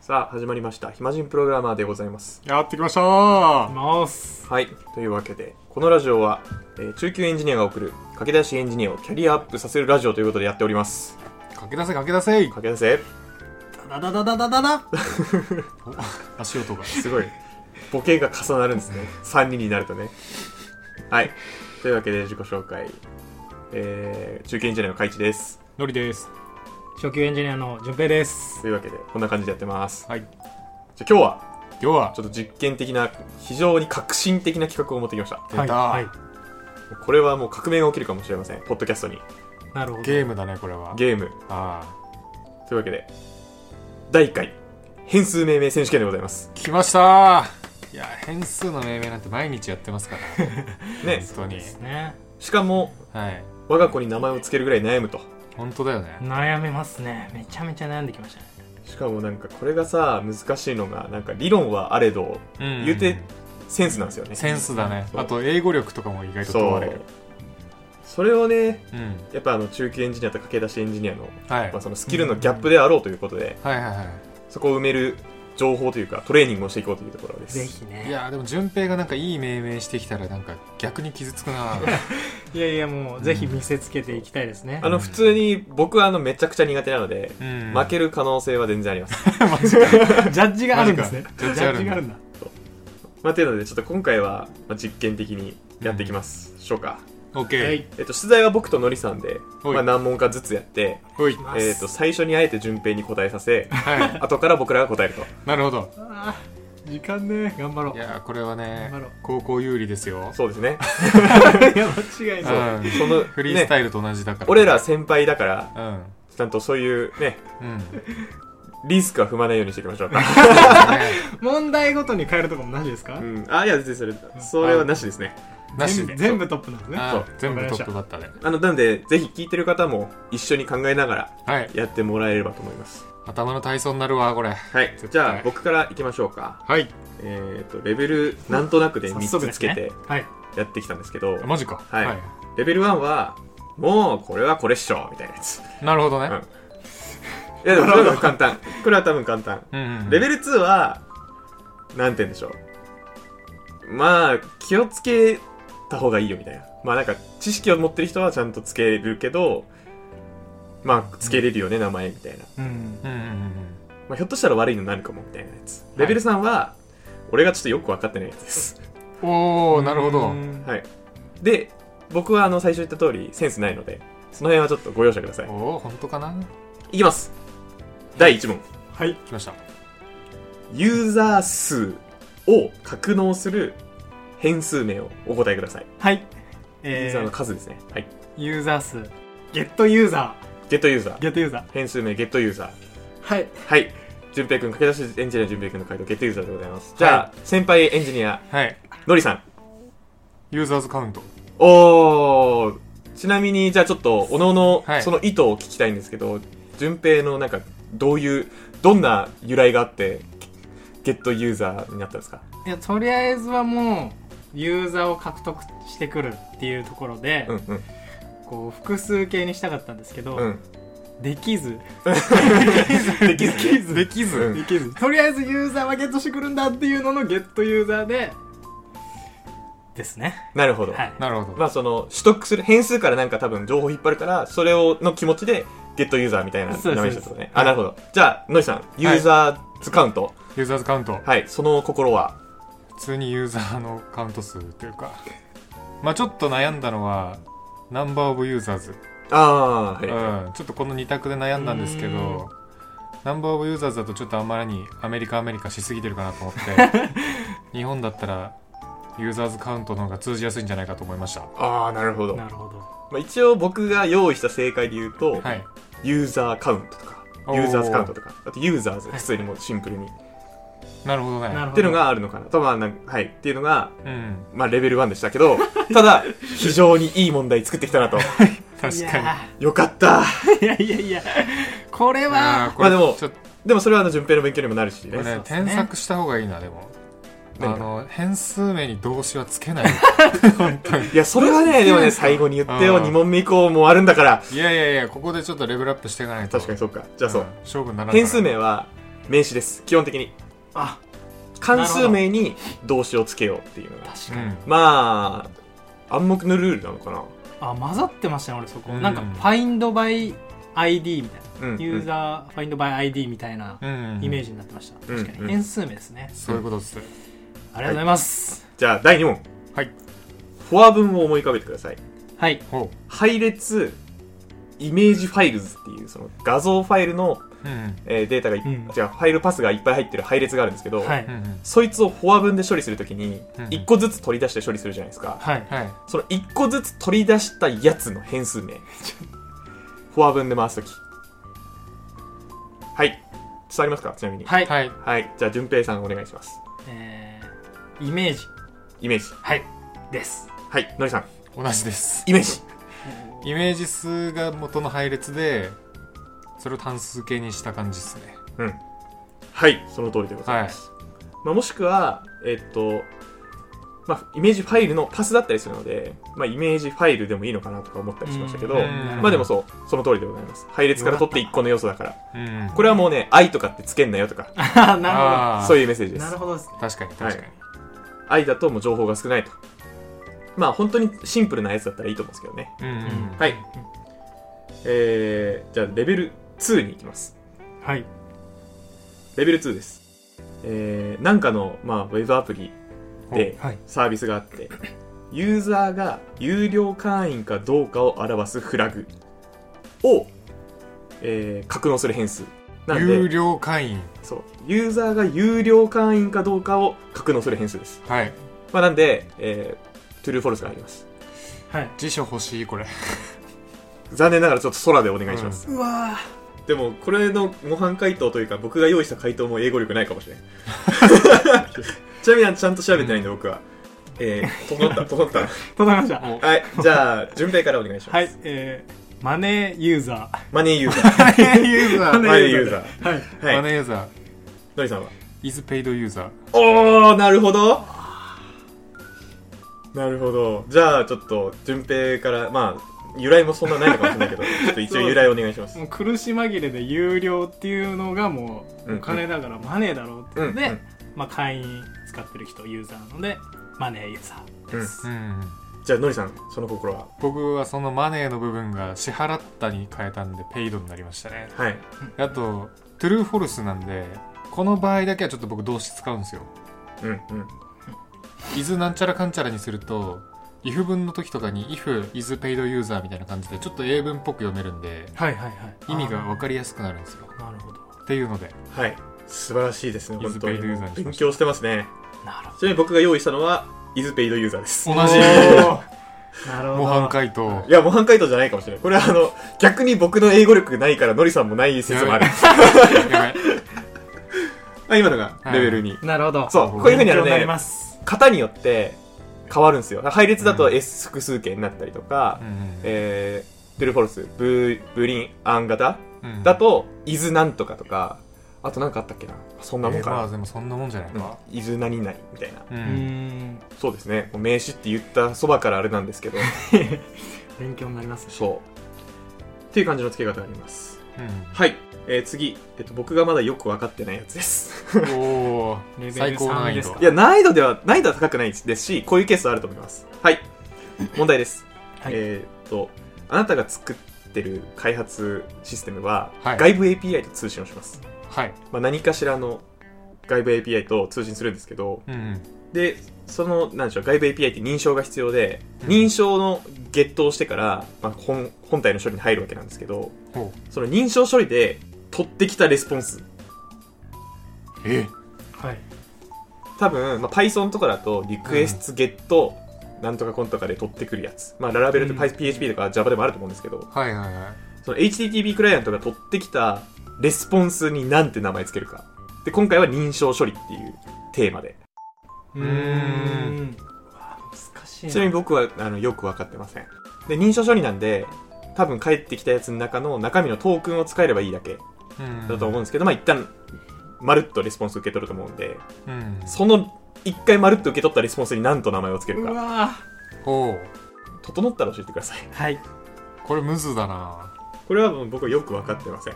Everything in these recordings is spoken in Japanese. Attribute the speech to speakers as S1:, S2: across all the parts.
S1: さあ始まりました暇人プログラマーでございます
S2: やってきましたー
S3: ます。
S1: はいというわけでこのラジオは、えー中級エンジニアが送る駆け出しエンジニアをキャリアアップさせるラジオということでやっております
S2: 駆け出せ駆け出 せ
S1: 駆け出せ
S2: ダダダダダダダお足音が。
S1: すごいボケが重なるんですね3人になるとねはいというわけで自己紹介、えー中級エンジニアの海地です
S2: のりです。
S3: 初級エンジニアの順平です。
S1: というわけでこんな感じでやってます
S2: はい。
S1: じゃあ今日は
S2: 今日は
S1: ち、ょっと実験的な非常に革新的な企画を持ってきました
S2: 出た、
S3: はい。
S1: これはもう革命が起きるかもしれませんポッドキャストに
S3: なるほど。
S2: ゲームだね、これは。
S1: ゲーム
S2: あ
S1: というわけで第1回変数命名選手権でございます
S2: あ。来ましたーいや、変数の命名なんて毎日やってますから。
S1: ね
S2: 本当に
S3: で。すね。
S1: しかも
S2: はい。
S1: 我が子に名前を付けるぐらい悩むと
S2: 本当だよね。
S3: 悩めますね。めちゃめちゃ悩んできましたね。
S1: しかもなんかこれがさ難しいのがなんか理論はあれど
S2: うん
S1: 言うてセンスなんですよね
S2: センスだね。
S1: そう
S2: あと、英語力とかも意外と問
S1: そ
S2: われる
S1: う。それをね
S2: うん。
S1: やっぱあの中級エンジニアと駆け出しエンジニアの,、
S2: はい。
S1: ま
S2: は
S1: あそのスキルのギャップであろうということで
S2: いはいは
S1: そこを埋める情報というかトレーニングをしていこうというところです
S3: ぜひ
S2: い。い
S3: ね。
S2: や、でも、順平がなんかいい命名してきたら、なんか逆に傷つくな
S3: いやいや、もう、ぜひ見せつけていきたいですね
S1: あ。の普通に僕はあのめちゃくちゃ苦手なので
S2: うん。
S1: 負ける可能性は全然あります
S2: マジか。
S3: ジャッジがあるんですね
S2: マ。
S3: ジ
S2: ジかジャッジ
S3: ャッジ
S2: があ
S3: があ
S2: る
S3: る
S2: ん
S3: ん
S2: だ
S3: だ。
S1: まあ、というので、ちょっと今回は、まあ、実験的にやっていきます。しょうか。
S2: オッケー。
S3: はい。
S1: えっと、出題は僕とのりさんで、
S2: はい
S1: まあ、何問かずつやって、
S2: ほい。、
S3: ます
S1: えっと、最初にあえて順平に答えさ せ
S2: はい。
S1: 後から僕らが答えると。
S2: なるほど。
S3: あー時間ね。頑張ろう
S2: い。やーこれはね
S3: 頑張ろう
S2: 高校有利ですよ
S1: そうですね。
S3: いや、間違い
S2: うん
S3: ない。
S1: そ の、
S2: フリースタ
S1: ね、
S2: イルと同じだから、
S1: 俺ら先輩だから、
S2: うん
S1: ちゃんとそういうね、
S2: うん、
S1: リスクは踏まないようにしていきましょうか。
S3: 問題ごとに変えるとかもなしですか
S1: うん。あ、いや、全然それ、それはなしですね。
S2: なし
S3: 全
S2: で
S3: 部全部トップなんですね。
S2: あー
S1: そう
S2: 全部トップバッターで
S1: あの、なんで、ぜひ聞いてる方も一緒に考えながら
S2: はい
S1: やってもらえればと思います。
S2: 頭の体操になるわこれ
S1: はい。
S2: 対
S1: じゃあ、僕から行きましょうか。
S2: はい
S1: えっと、レベル、なんとなくで
S3: 早
S1: 3
S3: 速で
S1: つつ
S3: す
S1: け
S3: ね
S1: て、
S3: はい。
S1: やってきたんですけど、
S2: マジか
S1: はいレベル1は、もうこれはこれっしょみたいなや つ。
S2: なるほど
S1: う
S2: ね
S1: ん、いやでもこれは簡単。これは多分簡単。
S2: うん、うんうん、
S1: レベル2は、なんて言うんでしょう。まあ、気をつけた方がいいよみたいな。まあなんか、知識を持ってる人はちゃんとつけるけど、まあ、つけれるよね、名前みたいな。
S3: うん。
S2: うんうんうん
S1: まあ、ひょっとしたら悪いのになるかもみたいなやつ。レベル3は、俺がちょっとよく分かってないやつです。
S2: うんおおなるほど
S3: うん
S1: はい。で、僕はあの、最初言った通り、センスないので、その辺はちょっとご容赦ください。
S2: おお本当かない
S1: きます第1問
S3: はい。
S2: 来ました
S1: ユーザー数を格納する変数名をお答えください、
S3: はい。
S1: ユー
S3: え
S1: ザーの
S3: ー、
S1: 数ですねはい
S3: ユーザー数。ゲットユーザ
S1: ゲットユーザ
S3: ー。
S1: ー
S3: ゲットユーザー。
S1: 変数名ゲットユーザー
S3: はい。
S1: はい淳平君駆け出しエンジニア淳平君の回答ゲットユーザーでございますじゃあ、先輩エンジニア
S2: はい
S1: のりさん
S2: ユーザーズカウント
S1: おーちなみにじゃあちょっとおのの
S2: はい
S1: その意図を聞きたいんですけど淳、平のなんかどういうどんな由来があってゲットユーザーになったんですか
S3: いやとりあえずはもうユーザーを獲得してくるっていうところで、
S1: うんうん
S3: こう複数形にしたかったんですけど、
S1: うん
S3: できず
S1: できず
S2: できず、
S1: うん
S3: できずとりあえずユーザーはゲットしてくるんだっていうののゲットユーザーでですね
S1: なるほど、
S3: はい
S2: なるほど、
S1: まあその取得する変数からなんか多分情報引っ張るからそれをの気持ちでゲットユーザーみたいな
S3: そう
S1: 名
S3: で
S1: 前にし
S3: す
S1: たってことね
S3: そうです
S1: あなるほどじゃあのりさんユーザーズカウント
S2: ユーザーズカウント、
S1: はい、その心は
S2: 普通にユーザーのカウント数というかまあちょっと悩んだのはナンバーオブユーザーズ
S1: ああーはい、
S2: うん、ちょっとこの2択で悩んだんですけどナンバーオブユーザーズだとちょっとあんまりにアメリカアメリカしすぎてるかなと 思って日本だったらユーザーズカウントの方が通じやすいんじゃないかと思いました
S1: ああなるほど、ま
S3: なるほど
S1: あ、一応僕が用意した正解で言うと、
S2: はい
S1: ユーザーカウントとか
S2: お
S1: ユ
S2: ー
S1: ーザーズカウントとかあとユーザーズ
S3: はい
S1: 普通にもうシンプルに、っ
S2: なるほどね
S3: なるほど
S1: ていうのがあるのかなとまあなんかはいっていうのが
S2: うん
S1: まあレベル1でしたけ どただ非常にいい問題作ってきたなと
S2: 確
S3: い
S2: かに
S3: や
S1: よかった
S3: いやいやいやこれ
S2: あー
S3: は
S2: こ
S1: まあ
S2: れ
S1: でも
S2: ちょっと
S1: でもそれはあの順平の勉強にもなるし
S2: これ
S1: ね
S2: ね
S3: そうですね
S2: 添削した方がいいなでもあ
S1: 何が
S2: の変数名に動詞はつ けない本当に
S1: いや、それはね、でもね、最後に言ってよ、
S2: うん
S1: 2問目以降もあるんだから。
S2: いやいやいやここでちょっとレベルアップしていかないと
S1: 確かにそうか。じゃあそう。
S2: ん勝負にならない
S1: 変数名は、名詞です基本的に
S3: あ
S1: 関数名に動詞をつけようっていうのが
S3: 確
S2: う
S3: かに、
S2: ん
S1: まあ暗黙のルールなのかな
S3: あ混ざってましたね俺そこ、
S2: うん
S3: なんか Find by ID みたいな
S1: うん
S3: ユーザー Find by ID みたいな
S2: うん
S3: イメージになってました、
S1: うん
S3: 確か
S1: うん
S3: に変数名ですね、
S2: そういうことです
S3: ありがとうございます
S1: じゃあ第2問
S2: はい
S1: フォア文を思い浮かべてください
S3: はい、
S2: ほ
S1: 配列イメージファイルズっていうその画像ファイルの、
S2: ううん
S1: えーデータがい、
S3: うん
S1: 違うファイルパスがいっぱい入ってる配列があるんですけど、
S3: はい
S2: うんうん
S1: そいつをフォア文で処理するときに
S2: うん
S1: 1個ずつ取り出して処理するじゃないですか、
S3: はい
S2: はい
S1: その1個ずつ取り出したやつの変数名フォア文で回すときはい伝わりますかちなみに
S3: はい、
S2: はい
S1: はい、じゃあ順平さんお願いします
S3: えーイメージ
S1: イメージ
S3: はいです
S1: はいのりさん
S2: 同じです
S1: イメージ
S2: イメージ数が元の配列でそれを単数形にした感じですね
S1: はいその通りでございます、まあ、もしくはえっとまあ、イメージファイルのパスだったりするので、まあ、イメージファイルでもいいのかなとか思ったりしましたけど、
S3: うん
S1: まあでもそう、その通りでございます。配列から取って1個の要素だから。
S2: うん
S1: これはもうね、愛とかってつけんなよとか、
S3: あーな
S2: ああ
S1: そういうメッセージ
S3: るほど
S1: で
S3: な
S1: す
S3: る。ほどですね
S2: 確かに確かに
S1: 愛だともう情報が少ないと。まあ本当にシンプルなやつだったらいいと思うんですけどね。
S2: うんうんうん
S1: はい。えー、じゃあレベル2に行きます。
S3: はい
S1: レベル2です。えー、なんかの、まあ、ウェブアプリで
S3: はい
S1: サービスがあって、ユーザーが有料会員かどうかを表すフラグを、えー、格納する変数。なん
S2: 有
S1: で、
S2: 料会員
S1: そう、ユーザーが有料会員かどうかを格納する変数です。
S2: はい
S1: まあ、なんで、えー、トゥルーフォルスが入ります。
S3: はい
S2: 辞書欲しいこれ
S1: 残念ながらちょっと空でお願いします。
S3: うわ
S1: でも、これの模範解答というか、僕が用意した回答も英語力ないかも しれん。ちなみに、ちゃんと調べてないんで、僕は。えー、整 った、整った。
S3: ー届きました
S1: はい、じゃあ、順平からお願いします。
S3: はい、えー、マネーユーザ
S1: マネーユーザー。
S2: マネーユーザ
S1: マ
S2: ー
S1: ネーユーザ
S3: ー。はい。
S1: ー。
S2: マ
S1: はい。
S2: ネーユーザー
S1: のりさんは
S2: is paid ユーザー
S1: おー、なるほど。なるほど。じゃあ、ちょっと、順平から、まあ、由来もそんなないのかもしれないけど、ちょっと一応由来お願いし ます。
S3: もう苦し紛れで有料っていうのがも
S1: うん
S3: うお金だからマネーだろうって
S1: う
S3: いうんので、まあ会員使ってる人ユーザーなのでマネーユーザーです。
S2: うん
S1: じゃあ、のりさん、その心は
S2: 僕はそのマネーの部分が支払ったに変えたんでペイドになりましたね
S1: はい。
S2: あとトゥルーフォルスなんでこの場合だけはちょっと僕動詞使うんですよ
S1: うん、うん。
S2: 伊豆なんちゃらかんちゃらにすると if 文の時とかに if is paid user みたいな感じでちょっと英文っぽく読めるんで
S3: はいはいはい。
S2: 意味が分かりやすくなるんですよ
S3: あーなるほど。
S2: っていうので
S1: はい。素晴らしいですね、
S2: Is
S1: 本当に。
S2: paid user にしました
S1: 勉強してますね。
S3: なるほ
S1: ちなみに僕が用意したのは、イズペイドユーザーです。
S2: 同
S1: い
S2: じ
S3: おど。 なるほど。
S2: 模範解答
S1: や、模範解答じゃないかもしれない。これはあの、逆に僕の英語力ないから、のりさんもない説もある。
S2: やべ
S1: あ今のがレベル2。
S3: なるほど。
S1: そう、こういうふうにあの
S3: 勉強なり
S1: ね、
S3: ます。
S1: 型によって変わるんですよ。配列だ
S2: う
S1: と
S2: ん
S1: S 複数形になったりとか、
S2: うん
S1: えー、トゥルーフォルス、ブー、ブリン、アン型
S2: うん
S1: だと、イズなんとかとか、あとなんかあったっけなそんなもん
S2: えーまあ
S1: か
S2: でもそんなもんじゃない
S1: な
S2: か。
S1: うんイズ何々みたいな。
S2: う
S3: うー
S2: ん
S3: ん。
S1: そうですね。もう名詞って言ったそばからあれなんですけど、
S3: 勉強になります。
S1: そう。っていう感じの付け方があります。
S2: うん
S1: はい。えー、次、えっと、僕がまだよく分かってないやつです。
S2: お
S3: レベ
S2: ー
S3: ル
S2: 最高難易
S3: 三です
S2: 度
S3: か
S1: いや、難易度では、難易度は高くないですし、こういうケースあると思います。はい。問題です。
S3: はい
S1: えーっと、あなたが作ってる開発システムは、
S2: はい
S1: 外部 API と通信をします。
S2: はい
S1: まあ、何かしらの外部 API と通信するんですけど、
S2: うん
S1: で、その、なんでしょう、外部 API って認証が必要で、
S2: うん
S1: 認証のゲットをしてから、まあ、本、本体の処理に入るわけなんですけど、
S2: ほ
S1: その認証処理で取ってきたレスポンス。
S2: うえ
S3: はい。
S1: 多分、まあ、Python とかだと、リクエストゲット、なんとかコンとかで取ってくるやつ。まあ、ララベルと
S3: うん
S1: Py- PHP とか Java でもあると思うんですけど、
S2: はいはいはい
S1: その HTTP クライアントが取ってきたレスポンスになんて名前つけるか。で、今回は認証処理っていうテーマで。
S3: う
S2: ーん
S3: ーん。うわ難しいな。
S1: ちなみに僕は、あの、よくわかってません。で、認証処理なんで、多分返ってきたやつの中の中身のトークンを使えればいいだけ
S2: うん
S1: だと思うんですけど、まあ一旦、まるっとレスポンス受け取ると思うんで、
S2: うん
S1: その一回まるっと受け取ったレスポンスに何と名前をつける
S3: う
S1: か。
S3: わ
S2: ほう
S1: 整ったら教えてください。
S3: ーはい。
S2: これムズだな
S1: これはもう僕はよくわかってません。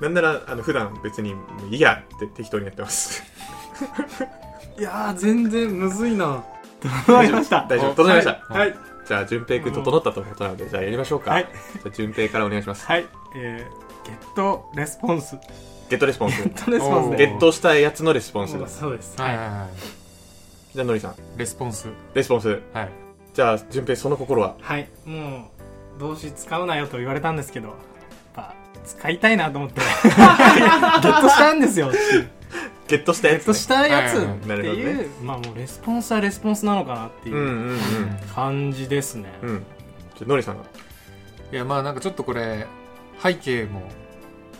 S1: なんならあの普段別に「いいや」って適当にやってます
S3: いやー全然むずいな整いました
S1: 大丈夫整いました、
S3: はい
S1: じゃあ順平君整ったということなので、じゃあやりましょうか、
S3: はい
S1: じゃあ順平からお願いします
S3: はいえー、ゲットレスポンスゲ
S1: ゲットレスポン スゲ
S3: ットレスポンス
S2: おー
S3: ね
S1: ットしたやつのレスポンス
S3: そう
S1: で
S3: ですすそうです
S2: はいはいは
S1: じゃあのりさん
S2: いレスポンス
S1: レスポンス
S2: はい
S1: じゃあ順平その心は
S3: はいもう動詞使うなよと言われたんですけどやっぱ使いたいなと思って ゲットしたんですよ
S1: ゲットした
S3: ゲ
S1: や
S3: ッ
S1: つ、ね
S3: ト、したやつっ
S2: はい
S3: て
S1: なるほど
S3: いう、
S1: ね
S3: まあもうレスポンスはレスポンスなのかなって
S1: うん
S3: いう
S1: うん
S3: 感じですね、
S1: うんうんじゃあのりさんが
S2: いやまあなんかちょっとこれ背景も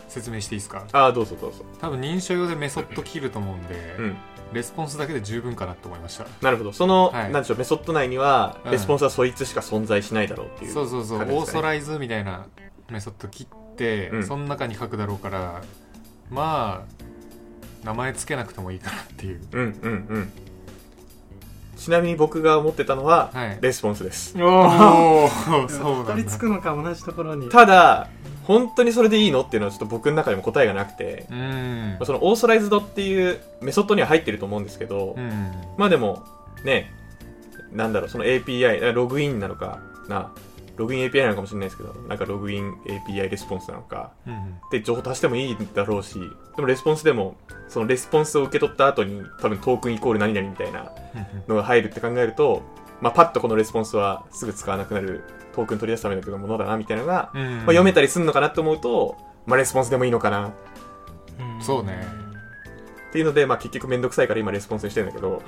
S2: 説明していいですか
S1: ああどうぞどうぞ
S2: 多分認証用でメソッド切ると思うんで、
S1: うん
S2: レスポンスだけで十分かなと思いました
S1: なるほどその、
S2: はい
S1: なんでしょうメソッド内には
S2: うん
S1: レスポンスはそいつしか存在しないだろうっていう、
S2: そうそうそう、
S1: 感じで
S2: オー
S1: すかね
S2: ソライズみたいなメソッド切って、
S1: うん
S2: その中に書くだろうからまあ名前つけなくてもいいかなっていう
S1: うんうんうんちなみに僕が思ってたのは、
S2: はい
S1: レスポンスです
S3: おお
S2: おおそうなん
S3: 取り
S2: だ
S3: 付くのか同じところに
S1: ただ本当にそれでいいのっていうのはちょっと僕の中でも答えがなくて、
S2: うーん
S1: まあそのオーソライズドっていうメソッドには入ってると思うんですけど、
S2: うん
S1: まあでもねなんだろうその API ログインなのかなログイン API なのかもしれないですけどなんかログイン API レスポンスなのか
S2: うん
S1: で情報足してもいいだろうしでもレスポンスでもそのレスポンスを受け取った後に多分トークンイコール何々みたいなのが入るって考えると、まあ、パッとこのレスポンスはすぐ使わなくなるトークン取り出すためのものだなみたいなのが、
S2: うん
S1: まあ、読め
S2: た
S1: たりするのかなと思うと、まあ、レスポンスでもいいのかな
S3: ん
S2: そうね
S1: っていうので、まあ、結局めんどくさいから今レスポンスにしてるんだけど
S3: なる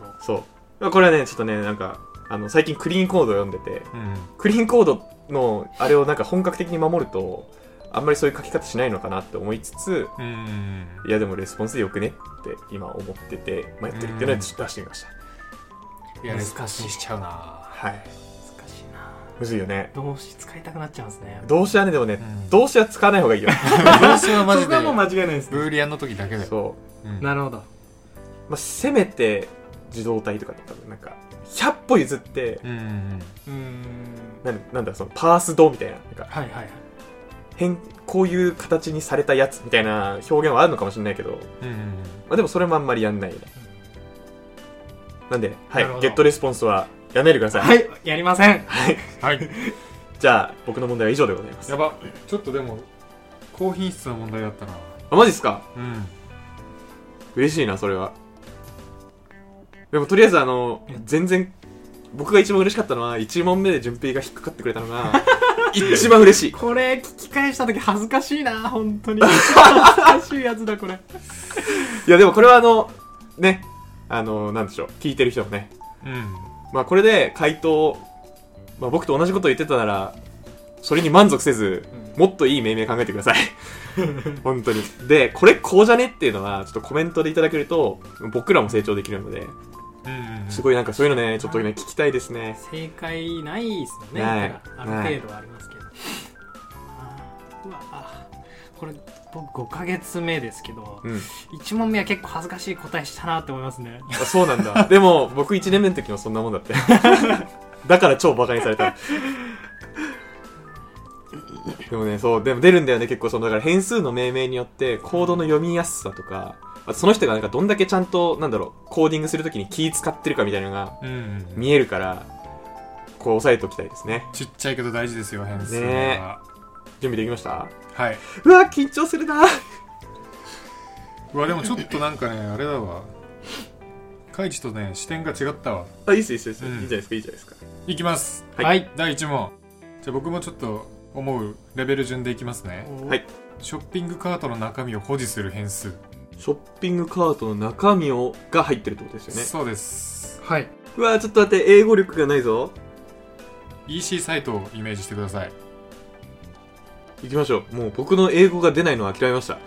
S3: ほど
S1: そうまあこれはねちょっとねなんかあの最近クリーンコードを読んでて
S2: うん
S1: クリーンコードのあれをなんか本格的に守るとあんまりそういう書き方しないのかなって思いつつ
S2: うん
S1: いやでもレスポンスでよくねって今思ってて、まあ、やってるっていうのはちょっと出してみました、
S2: いやレ
S3: 難しい
S2: スポンスにしちゃ うな
S1: はい
S3: 難しいな
S1: むずいよね
S3: 動詞使いたくなっちゃうんですね
S1: 動詞はねでもね、
S2: うん
S1: 動詞は使わない方が いいよ
S2: どうしようマジ
S3: そこ
S2: で
S3: はもう間違いないです
S2: ブーリアンの時だけだよ
S1: そ
S2: うん
S3: うんなるほど
S1: う、まあ、せめて受動体とかね多分なんか100歩譲って
S2: うんうん
S3: うーん
S1: なんなんだそのパースドみたいななんか
S3: はいはいはい
S1: 変こういう形にされたやつみたいな表現はあるのかもしれないけど
S2: うんうん
S1: まあ、でもそれもあんまりやんないよね。なんで、は
S3: なるほ
S1: い、
S3: ど
S1: ゲットレスポンスはやめてください。
S3: はいやりません
S1: はい。
S2: はい
S1: じゃあ、僕の問題は以上でございます。
S2: やばちょっとでも高品質な問題だったな
S1: あ、マジっすか
S2: うん
S1: 嬉しいな、それは。でも、とりあえず、あの、全然、僕が一番嬉しかったのは、1問目で順平が引っかかってくれたの が、一番嬉しい。
S3: これ聞き返した時恥ずかしいな本当 に恥ずかしいやつだこれ
S1: いや、でもこれはあの、ね、あの、なんでしょう、聞いてる人もね、
S2: うん
S1: まあ、これで回答、まあ、僕と同じことを言ってたなら、それに満足せず、もっといい命名考えてください。 本当に。で、これこうじゃねっていうのは、ちょっとコメントでいただけると、僕らも成長できるので、
S2: うんうん
S1: すごいなんかそういうのね、ちょっとね、聞きたいですね。
S3: 正解ないですよね
S1: ない
S3: だからある程度はありますけどあーうわあこれ僕5ヶ月目ですけど
S1: うん。
S3: 1問目は結構恥ずかしい答えしたなって思いますね
S1: あそうなんだ。 でも、僕1年目の時もそんなもんだって。 だから超バカにされた。でもね、そう、でも出るんだよね、結構その、だから変数の命名によって、コードの読みやすさとか、あとその人がなんかどんだけちゃんと、なんだろう、コーディングするときに気使ってるかみたいなのが
S2: うんうん
S1: 見えるから、こう押さえておきたいですね。
S2: ちっちゃいけど大事ですよ変数は
S1: ね準備できました
S2: はいう
S1: わ、緊張するな
S2: うわでもちょっとなんかねあれだわカイチとね視点が違ったわ
S1: あ、いいっす、いいっす、いいっす。
S2: うん
S1: いいじゃないですか、いいじゃないですか。
S2: いきます
S1: はい
S2: 第1問じゃあ僕もちょっと思うレベル順でいきますね
S1: はい
S2: ショッピングカートの中身を保持する変数
S1: ショッピングカートの中身を、が入ってるってことですよね。
S2: そうです
S3: はいう
S1: わ、ちょっと待って、英語力がないぞ。
S2: EC サイトをイメージしてください
S1: 行きましょう。もう僕の英語が出ないのは諦めました。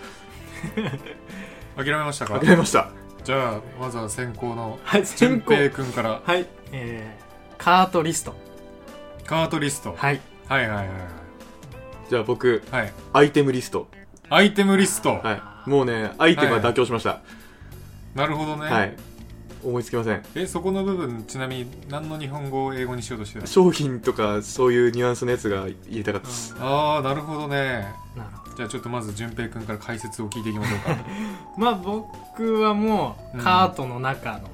S2: 諦めましたか
S1: 諦めました。
S2: じゃあまずは先行の
S3: はい
S2: 順
S3: 先行
S2: 平くんから
S3: はいえー、カートリスト
S2: カートリスト、
S3: はい
S2: はい、はいはい
S1: じゃあ僕、
S2: はいはい
S1: アイテムリスト。
S2: アイテムリスト、
S1: はい。もうね、アイテムは妥協しました。
S2: なるほどね、
S1: はい。思いつきません
S2: えそこの部分ちなみに何の日本語を英語にしようとしてたの
S1: 商品とかそういうニュアンスのやつが入れたかったです、
S2: ああなるほどね
S3: なるほど
S2: じゃあちょっとまず淳平君から解説を聞いていきましょう か
S3: まあ僕はもう
S2: うん
S3: カートの中のも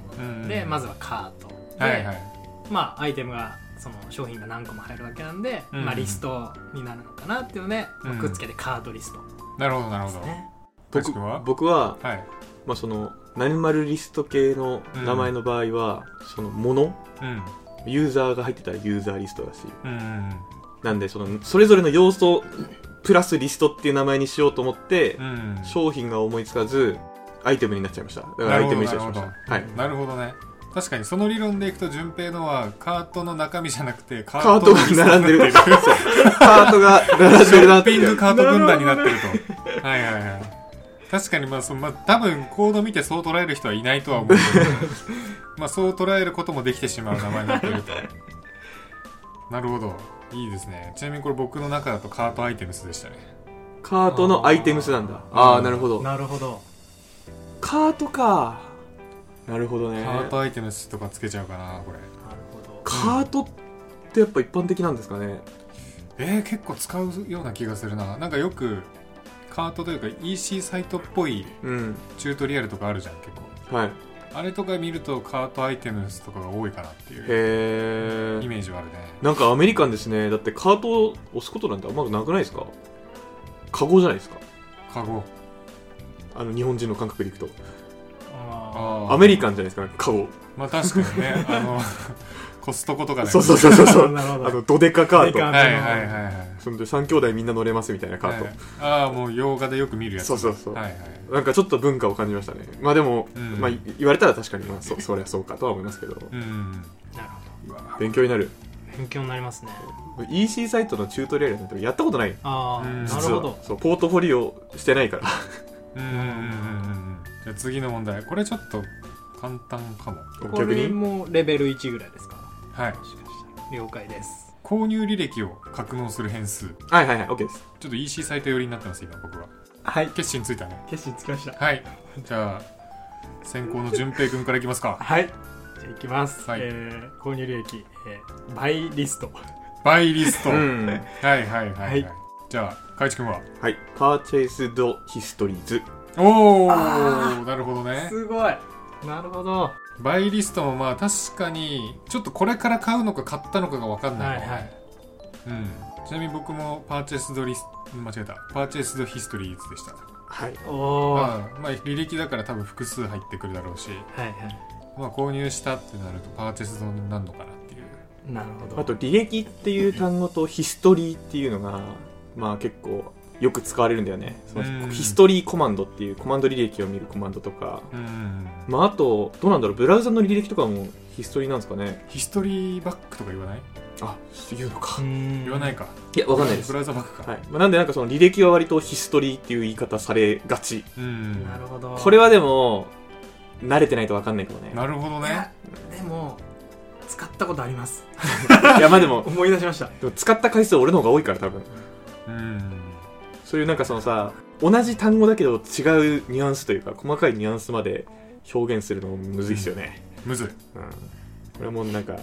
S3: ので、
S2: うん
S3: まずはカートで、
S2: はいはい
S3: まあアイテムがその商品が何個も入るわけなんで、
S2: うん
S3: まあ、リストになるのかなっていうので、まあ
S2: うん
S3: くっつけてカートリスト
S2: なるほどなるほ
S3: です
S2: ど、
S3: ね、
S2: 僕
S1: 僕
S2: は
S1: 僕は、
S2: はい
S1: まあ、その何丸リスト系の名前の場合は、そのもの
S2: うん
S1: ユーザーが入ってたらユーザーリストだし
S2: うんうん
S1: なんでそのそれぞれの要素プラスリストっていう名前にしようと思って、
S2: うんうん
S1: 商品が思いつかずアイテムになっちゃいましただからアイテムにしました
S2: なる
S1: は
S3: ほ
S1: い
S3: ど
S2: なるほどね確かにその理論でいくと順平のはカートの中身じゃなくてカ
S1: カート
S2: の
S1: が並んでるカートが並んでるな
S2: ショ
S1: っ
S2: ッ
S1: て
S2: ピングカート軍団になってると。はいはいはい。確かにまあその、まあ、多分コード見てそう捉える人はいないとは思うけ ど、まあそう捉えることもできてしまう名前になって ると。なるほど。いいですね。ちなみにこれ僕の中だとカートアイテムスでしたね。
S1: カートのアイテムスなんだ
S2: あー
S1: ああーなるほど
S3: なるほど
S1: カートかなるほどね
S2: カートアイテムスとかつけちゃうかな、これ。
S3: なるほど
S1: カートってやっぱ一般的なんですかね
S2: えー、結構使うような気がするな。なんかよくカートというか EC サイトっぽい
S1: うん
S2: チュートリアルとかあるじゃん、結構。
S1: はいへ
S2: あれとか見るとカートアイテムスとかが多いかなっていうイ
S1: え
S2: メージはあるね。
S1: なんかアメリカンですねだってカートを押すことなんてあんまなくないですかカゴじゃないですか
S2: カゴ。
S1: あの日本人の感覚でいくと
S3: あ
S2: あー
S1: アメリカンじゃないですかカゴ
S2: まあ確かにねあの コストコとかね
S1: そうそうそうそうそ
S3: ー
S1: う
S3: なるほ
S1: あ
S3: ど
S1: のドデカカー
S3: ドデ
S1: ト
S3: カ
S2: はいはいはいはい
S1: そんで3兄弟みんな乗れますみたいなカート、
S2: はいああもう洋画でよく見るやつ
S1: そうそうそう
S2: はいはい
S1: なんかちょっと文化を感じましたねまあでも、
S2: うん
S1: まあい言われたら確かにまあそそりゃそうかとは思いますけど
S2: うん
S3: なる
S2: う
S3: ほ
S2: わ
S1: 勉強になる
S3: ど勉強になりますね
S1: EC サイトのチュートリアルなんてやったことない
S3: あ
S2: う
S3: あ
S2: ん
S3: なる
S1: 実
S3: ほ
S1: は
S3: ど
S1: そうポートフォリオしてないから
S2: うんうんうんうんうんじゃあ次の問題これちょっと簡単かも
S3: こ
S1: 逆
S3: れ
S1: に
S3: もレベル1ぐらいですか
S2: はい
S3: もしかしたら了解です
S2: 購入履歴を格納する変数
S1: はいはいはい OK です
S2: ちょっと EC サイト寄りになってます今僕は
S3: はい
S2: 決心ついたね
S3: 決心つきました
S2: はいじゃあ先行の淳平君からいきますか
S3: はいじゃあいきます、
S2: はい
S3: えー購入利益、えーバイリスト
S2: バイリスト、
S1: うん
S2: はいはいはい、は
S3: はいい、
S2: じゃあ海地君は
S1: はいパーチェイスドヒストリーズ
S2: お
S3: あ
S2: おなるほどね
S3: すごいなるほど
S2: バイリストもまあ確かにちょっとこれから買うのか買ったのかが分かんないもんね
S3: はいはい
S2: うん、ちなみに僕もパーチェスドリス間違えたパーチェスドヒストリーズでした、
S1: はい
S3: お
S2: う
S3: お、
S2: ん
S3: は
S2: まあ、履歴だから多分複数入ってくるだろうし、
S3: いは
S2: まあ、購入したってなるとパーチェスドになるのかなっていう
S3: いなるほど
S1: あと履歴っていう単語とヒストリーっていうのがまあ結構よく使われるんだよねその
S2: うん
S1: ヒストリーコマンドっていうコマンド履歴を見るコマンドとか
S2: うん
S1: まああとどうなんだろうブラウザの履歴とかもヒストリーなんですかね
S2: ヒストリーバックとか言わない
S1: あ言うのか
S2: 言わないいか
S1: いやわかんないです
S2: ブラウザバックか、
S1: はいまあ、なんでなんかその履歴は割とヒストリーっていう言い方されがち
S2: うん
S3: なるほど
S1: これはでも慣れてないと分かんないかもね
S2: なるほどね
S3: いやでも使ったことあります
S1: いやまあでも
S3: 思い出しました
S1: でも使った回数俺の方が多いから多分
S2: うん
S1: そういうなんかそのさ同じ単語だけど違うニュアンスというか細かいニュアンスまで表現するのむずいっすよね
S2: むずい
S1: うん、これはもうなんか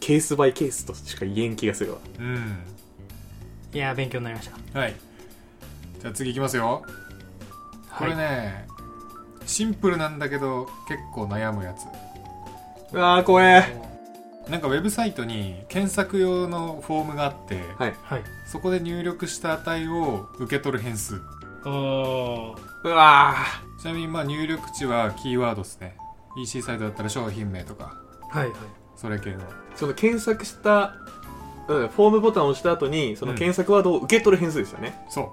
S1: ケースバイケースとしか言えん気がするわ
S2: うん
S3: いや勉強になりました
S2: はいじゃあ次いきますよこれ
S3: はい、
S2: ね、シンプルなんだけど結構悩むやつ
S1: うわー怖え
S2: なんかウェブサイトに検索用のフォームがあって、
S1: はい
S3: はい、
S2: そこで入力した値を受け取る変数
S3: おお
S1: うわ
S2: ちなみにまあ入力値はキーワードですね EC サイトだったら商品名とか
S3: はいはい
S2: それ系の
S1: ーその検索したうんフォームボタンを押した後にその検索ワードを受け取る変数ですよね、
S2: そ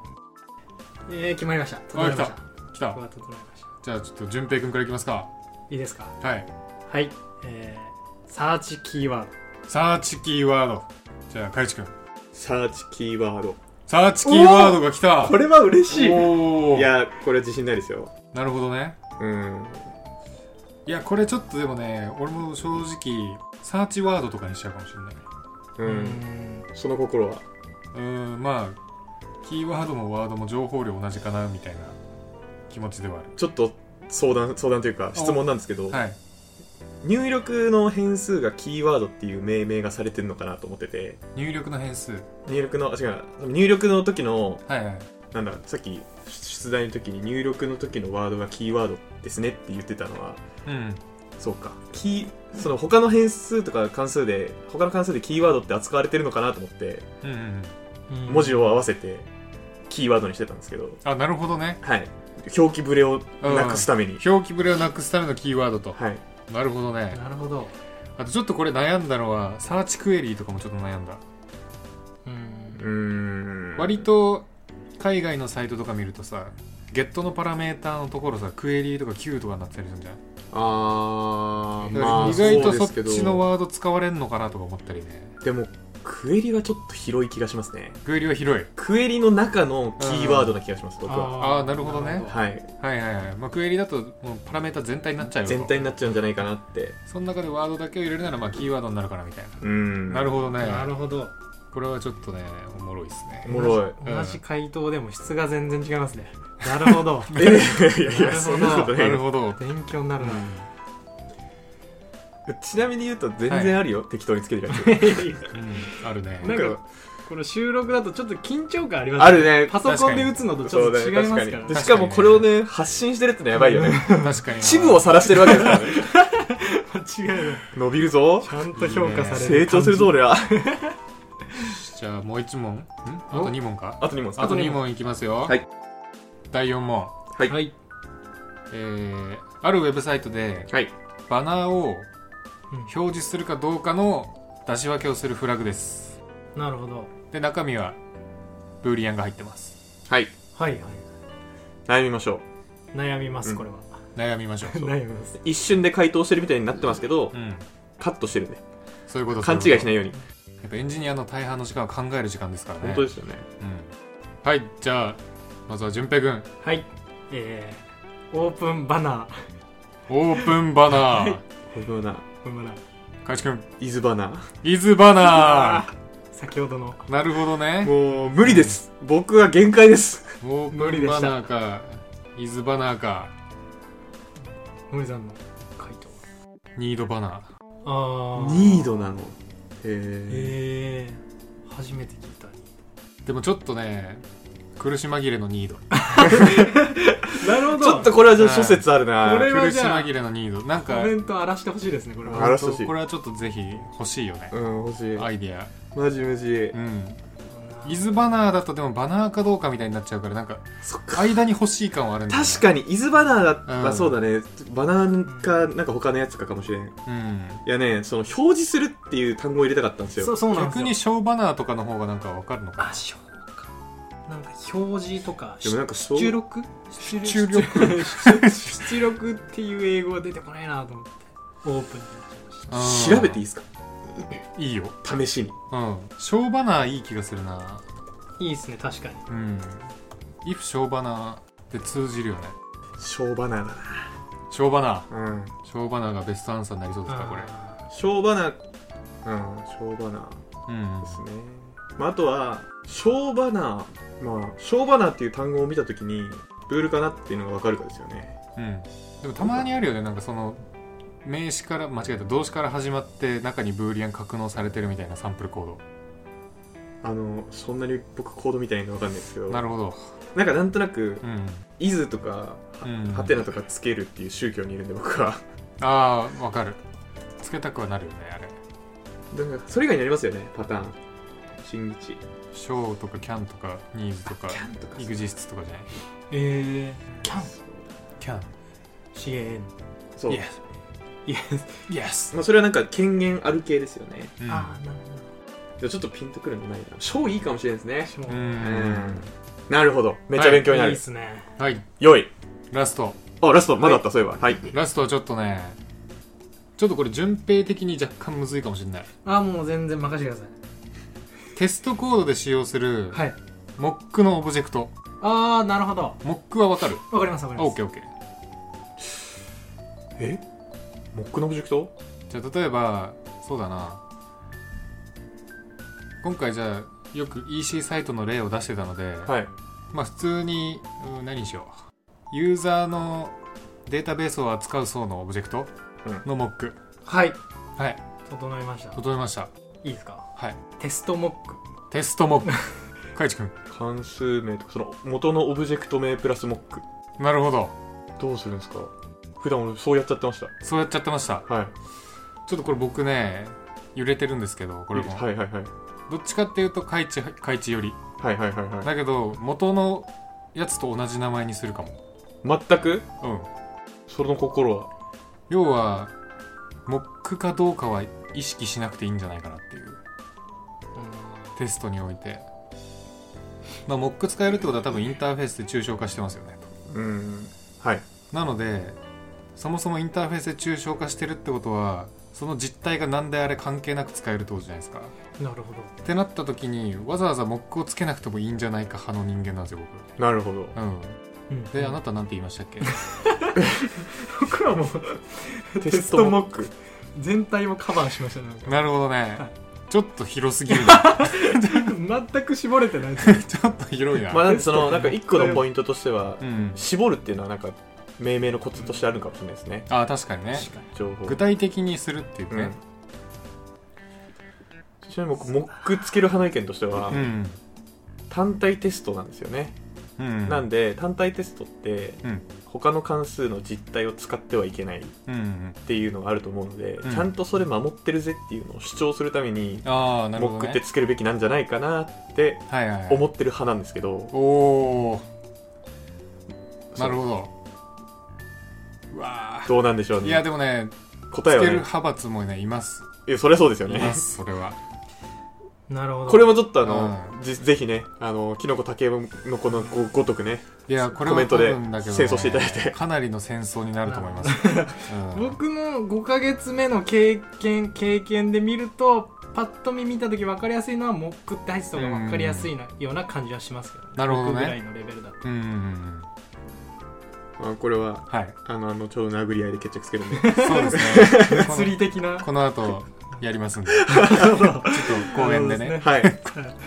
S3: えー、決まりました整いました
S2: あ来う来た
S3: ここは整いました
S2: じゃあちょっと淳平君からいきますか
S3: いいですか
S2: はい
S3: はいえー、サーチキーワード
S2: サーチキーワードじゃあかいちくん
S1: サーチキーワード
S2: サーチキーワードが来た
S1: これは嬉しい
S2: おお
S1: いやこれは自信ないですよ
S2: なるほどね
S1: うん
S2: いやこれちょっとでもね俺も正直サーチワードとかにしちゃうかもしれない
S1: うん、
S3: う
S1: その心は
S2: うーんまあキーワードもワードも情報量同じかなみたいな気持ちではある
S1: ちょっと相談相談というか質問なんですけど、
S2: はい
S1: 入力の変数がキーワードっていう命名がされてるのかなと思ってて
S2: 入力の変数
S1: 入力のあ違う入力の時の
S2: はいはい
S1: なんださっき出題の時に入力の時のワードがキーワードですねって言ってたのは
S2: うん
S1: そうかキーその他の変数とか関数で他の関数でキーワードって扱われてるのかなと思って
S2: うんうんうん
S1: 文字
S3: を
S1: を合わせてキーワードにしてたんですけど
S2: あなるほどね
S1: はい表記ブレをなくすために、
S2: 表記ブレをなくすためのキーワードと
S1: はい
S2: なるほどね
S3: なるほど
S2: あとちょっとこれ悩んだのはサーチクエリーとかもちょっと悩んだ
S3: う
S1: うんーん
S2: 割と海外のサイトとか見るとさゲットのパラメーターのところさクエリーとか Q とかになってたりするんじゃん
S1: あー、
S2: だ
S1: ま
S2: か
S1: あ、
S2: ら意外と
S1: そ
S2: そ
S1: で
S2: う
S1: すけ
S2: っ
S1: ど
S2: ちのワード使われんのかなとか思ったりね
S1: でもクエリはちょっと広い気がしますね
S2: クエリは広い
S1: クエリの中のキーワードな気がします、僕は
S2: あーなるほどね
S1: はい
S2: はいはいはい、まあ、クエリだともうパラメータ全体になっちゃうよ
S1: 全体になっちゃうんじゃないかなって
S2: その中でワードだけを入れるならまあキーワードになるからみたいな、
S1: うん
S2: なるほどね
S3: なるほど
S2: これはちょっとねおもろいです
S1: お
S2: ね
S1: もろい
S3: 同じ同じ回答でも質が全然違いますねなるほど
S1: えいやい
S3: なるほ
S1: や
S3: ど
S1: そんなこと
S2: な
S1: ない
S2: るほど
S3: 勉強になるな
S1: ちなみに言うと全然あるよ、適当につけてるやつ
S2: うん、あるね
S3: なんかこの収録だとちょっと緊張感あります
S1: あるね
S3: パソコンで打つのとちょっと違いますから
S1: そうだね確かに
S3: ね
S1: でしかもこれをね発信してるってのはやばいよね
S2: 確かに
S1: 支部を晒してるわけですからね
S3: 間 違いない
S1: 伸びるぞ
S3: ちゃんと評価される
S1: 成長するぞ俺らあ
S2: じゃあもう1問んあと2問か
S1: と2問です
S2: あ
S1: か
S2: と2問いきますよ
S1: はい
S2: 第4問
S1: はい
S3: はい
S2: えー、あるウェブサイトで
S1: はい
S2: バナーを
S3: うん
S2: 表示するかどうかの出し分けをするフラグです
S3: なるほど
S2: で中身はブーリアンが入ってます
S1: はい
S3: はいはい
S1: 悩みましょう
S3: 悩みま
S1: う
S3: す
S1: ん
S3: これは
S2: 悩みましょ う
S3: 悩みます
S1: 一瞬で回答してるみたいになってますけど
S2: うん
S1: カットしてるね
S2: そういうこと
S1: 勘違いしないいように
S2: やっぱエンジニアの大半の時間は考える時間ですからね
S1: 本当ですよね
S2: うんはいじゃあまずは淳平君
S3: はいえーオープンバナ
S2: オープンバナー
S1: このような
S3: ーバナー
S2: かいちくん
S1: イズバナ
S2: イズバナ
S3: 先ほどの
S2: ーなるほど
S1: ー
S2: ね
S1: もう無理です僕は限界です
S2: オー
S3: 無
S2: プ
S3: 理
S2: ン
S3: で
S2: バ
S3: した
S2: ナーかイズバナーか
S3: 森さんの回答
S2: ニードバナー
S3: ああ
S1: ニードなのへえ
S3: えー、初めて聞いた
S2: でもちょっとね苦し紛れのニード
S3: なるほど
S1: ちょっとこれはちょっと諸説ある
S3: はいこ
S1: な
S3: れは
S2: 苦
S3: じ
S2: し
S3: ゃあ
S2: 紛れのニードなんか
S3: コメント荒らしてほしいですねこれ
S1: 荒
S3: は
S1: らしてほしい
S2: これはちょっとぜひ欲しいよね
S1: うん欲しい
S2: アイディア
S1: マジマジ
S2: うんイズバナーだとでもバナーかどうかみたいになっちゃうからなんか
S1: そっか
S2: 間に欲しい感はあるんだよね
S1: 確かにイズバナーだった
S2: うん
S1: まあそうだねバナーかなんか他のやつかかもしれんい
S2: うん
S1: やねその表示するっていう単語を入れたかったんです
S3: そ
S1: よ
S3: うそうなんです
S2: 逆
S3: よ
S2: に小バナーとかの方がなんかわかるのか
S3: あしょうかなんか表示とか
S1: でもなんかそう
S3: 出力出
S2: 出力
S3: 出出力っていう英語が出てこないなと思ってオープンになっちゃいまし
S2: な
S1: 調べていいですか
S2: いいいよ
S1: 試しに
S2: うん小バナーいい気がするな
S3: たいいですね確かに
S2: うん if 小バナーって通じるよね
S1: 小バナーだ
S2: 小バナー
S1: なうん
S2: 小バナーがベストアンサーになりそうですかこれ
S3: あ
S1: 小バナーうん小バナー
S2: うん
S1: ですね、まあ、あとは小バナーまあ小バナーっていう単語を見た時にルールかなっていうのが分かるかですよね
S2: うん、でもたまにあるよねなんかその名詞から間違えた動詞から始まって中にブーリアン格納されてるみたいなサンプルコー
S1: あのそんなに僕コードみたいなの分かんないですけど
S2: ドなるほど
S1: なんかなんとなく
S2: うん
S1: 「イズ」とか「
S2: うん
S1: ハテナ」とかつけるっていう宗教にいるんで僕は
S2: ああわかるつけたくはなるよねあれ
S1: なんかそれ以外にありますよねパターン新日
S2: 「ショー」とか「キャン」とか「ニーズ」とか
S1: キャンとか
S2: 「イグジスツ」とかじゃない
S3: ーえー、キャン
S2: キャン
S3: CAN
S1: そう、
S2: Yes
S3: イエス
S2: Yes
S1: まあ、それはなんか権限ある系ですよね
S2: うん
S3: ああなる
S1: でもちょっとピンとくるのないな小いいかもしれないですね
S3: ほど
S2: う
S1: うん
S2: ん
S1: なるほどめっちゃ勉強にない
S3: い
S1: る、
S3: っすね
S2: はい
S1: 良い
S2: ラスト
S1: あラストまだあった、そういえばはい
S2: ラストはちょっとねちょっとこれ順平的に若干むずいかもしれない
S3: ああもう全然任せてくだ
S2: テストコードで使用する
S3: さいはい
S2: Mock のオブジェクト
S3: ああなるほど
S2: Mock はわかる
S3: わかりますわかります
S2: OKOK
S1: えモックのオブジェクト
S2: じゃあ例えばそうだな今回じゃあよく EC サイトの例を出してたので、
S1: はい
S2: まあ普通に、うん何にしようユーザーのデータベースを扱う層のオブジェクト
S1: うん
S2: の Mock、
S3: はい
S2: はい
S3: 整いました
S2: 整いました
S3: いいですか
S2: はい
S3: テストモック
S2: テストモ ックかいちくん
S1: 関数名とかその元のオブジェクト名プラスモック
S2: なるほど
S1: どうするんですか普段俺そうやっちゃってまし
S2: そうやっちゃってました
S1: たはい
S2: ちょっとこれ僕ね揺れてるんですけどこれも、
S1: はいはいはい
S2: どっちかっていうとかいちかいちより
S1: はいはいはいは
S2: だけど元のやつと同じ名前にするかも
S1: い全く
S2: うん
S1: その心は
S2: 要はモックかどうかは意識しなくていいんじゃないかなっていうテストにおいてまあモック使えるってことは多分インターフェースで抽象化してますよね
S1: うんはい
S2: なのでそもそもインターフェースで抽象化してるってことはその実態が何であれ関係なく使えるってことじゃないですかっ
S3: なるほど
S2: てなった時にわざわざモックをつけなくてもいいんじゃないか派の人間なんですよ
S1: なるほど
S2: 僕うん
S3: うん
S2: であなたなんて言いましたっけ
S3: 僕らも
S1: テストモ
S3: ッ
S1: ック
S3: 全体をカバーしましたね
S2: なるほどね
S3: はい
S2: ちょっと広すぎ るな
S3: なんか全く絞れてないです
S2: ちょっと広いな、
S1: まあなんかそのなんか一個のポイントとしては
S2: うん
S1: 絞るっていうのはなんか命名のコツとしてあるのかもしれないですね
S2: あ確かにね
S3: 確かに
S1: 情報
S2: 具体的にするっていうね
S1: ちなみに僕モックつける派の意見としては、
S2: うん
S1: 単体テストなんですよね、
S2: うん
S1: なんで単体テストって
S2: うん
S1: 他の関数の実態を使ってはいけないっ
S2: うんうん
S1: ていうのがあると思うので、
S2: うん
S1: ちゃんとそれ守ってるぜっていうのを主張するために、
S2: ああなるほ
S1: モッ
S2: ど、ね、
S1: クってつけるべきなんじゃないかなって
S2: はいはいはい
S1: 思ってる派なんですけど、
S2: おお
S1: そう
S2: なるほどうわ
S1: どうなんでしょう
S2: ー
S1: ね
S2: いやでもねつ
S1: 答
S2: け
S1: え
S2: る
S1: はね
S2: 派閥もねいます
S1: いやそれはそうですよ
S2: い
S1: ね
S2: ますそれは
S3: なるほど
S1: これもちょっとあの、
S2: う
S1: ぜぜひねあのキノコ竹のこのごごとくね
S2: いやこれ
S1: コメ
S2: は
S1: ント
S2: 多
S1: で
S2: 分だけど、ね、
S1: 戦争していただいて
S2: かなりの戦争になると思 います、うん
S3: 僕も5ヶ月目の経験経験で見るとパッと見見た時分かりやすいのはモックって入ってた方が分かりやすいなような感じはしますけど、ね、
S2: なるほどね
S3: 僕ぐらいのレベルだと
S2: うんうんうん
S1: まあこれは
S2: はい
S1: あのあのちょうど殴り合いで決着つけるんで
S2: そうですね
S3: 物理的な
S2: この後や りますんでちょっと公園でね
S3: なるほど
S1: はい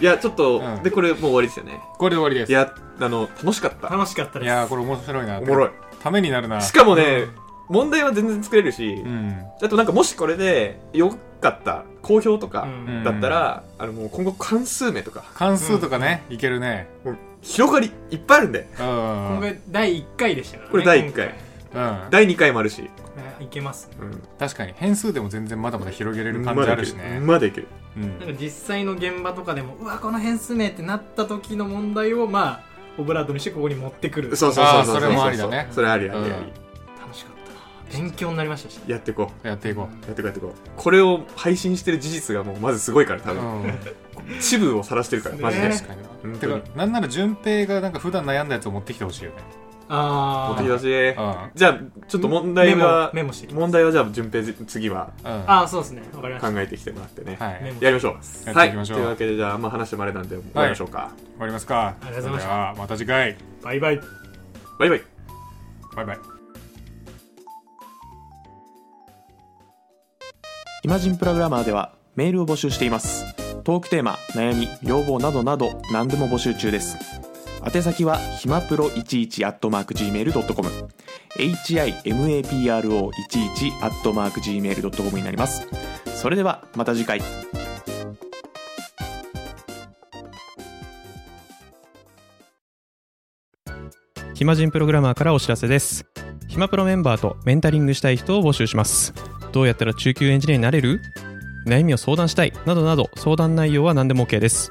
S1: いやちょっと、
S2: うん
S1: でこれもう終わりですよね
S2: これで終わりです
S1: いやあの楽しかった
S3: 楽しかった
S2: い
S3: です
S2: やーこれ面白いな
S1: おもろい
S2: ためになるな
S1: しかもね、問題は全然作れるし、
S2: うん
S1: あとなんかもしこれで良かった好評と
S3: う
S1: か
S3: ん
S2: うん
S1: だったら、あのもう今後関数名とか
S2: 関数とかね、いけるね
S1: もう広がりいっぱいあるんで
S2: う
S3: 今
S2: ん、うん、
S3: 回第1回でしたからね
S1: これ第一回第2回もあるし、
S3: 今回ねいけますね
S1: うん、
S2: 確かに変数でも全然まだまだ広げれる感じあるしね、
S1: まだいける
S2: うん
S3: なんか実際の現場とかでもうわこの変数名ってなった時の問題をまあオブラートにしてここに持ってくる
S1: そうそう
S2: あ
S1: そうそ
S2: ー
S1: う
S2: それもありだね
S1: それありありあり、
S3: 楽しかったな勉強になりましたし
S1: やっていこ
S2: やっていこ
S1: うやっていこうやっていこうこれを配信してる事実がもうまずすごいから多
S2: う、う
S1: 分
S2: ん、
S1: 支部を晒してるからマジで、
S3: ね
S2: 確かに
S1: 当に
S2: てかなんなら順平がなんか普段悩んだやつを持ってきてほしいよね
S1: お
S3: あ
S1: 手
S3: あ
S1: 出し
S2: う
S1: じゃあちょっと問題は
S3: メモメモしてきます
S1: 問題はじゃあ順平次は
S2: んうん
S3: ああそうですねわかりまし
S1: 考
S3: た
S1: えてきてもらってね、
S2: はい
S3: メ
S2: 終
S3: モ
S1: やりましょう
S2: やっていき
S1: は
S2: ま
S1: い
S2: し
S1: と
S2: ょう
S1: いうわけでじゃあ、まあ、話もあれなんで終わりましょうか、
S2: わりますか
S3: ありがとうございました
S2: それではまた次回
S3: バイバイ
S1: バイバイ
S2: バイバイ
S4: イマジンプログラマーではメールを募集していますトークテーマ悩み要望などなど何でも募集中です宛先はひまプロ11 at mark gmail.com himapro11 at mark gmail.com になりますそれではまた次回
S5: 暇人プログラマーからお知らせです暇プロメンバーとメンタリングしたい人を募集しますどうやったら中級エンジニアになれる悩みを相談したいなどなど相談内容は何でも OK です